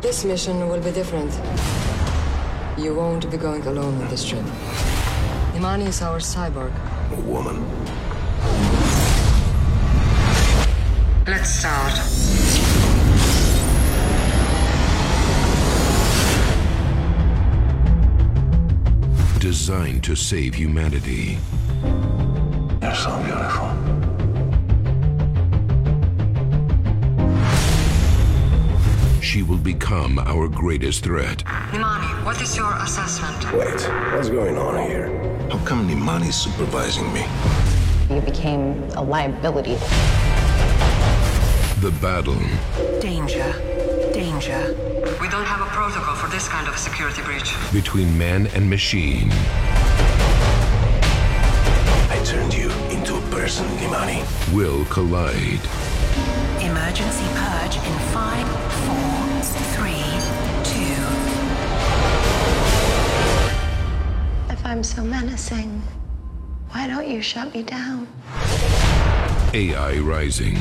This mission will be different. You won't be going alone on this trip. Imani is our cyborg. A woman. Let's start. Designed to save humanity, You're so beautiful. she will become our greatest threat. Imani, what is your assessment? Wait, what's going on here? How come Nimani's supervising me? You became a liability. The battle Danger. Danger. We don't have a protocol for this kind of security breach. between man and machine. I turned you into a person, Nimani. will collide. Emergency purge in five, four, three, two. If I'm so menacing, why don't you shut me down? AI rising.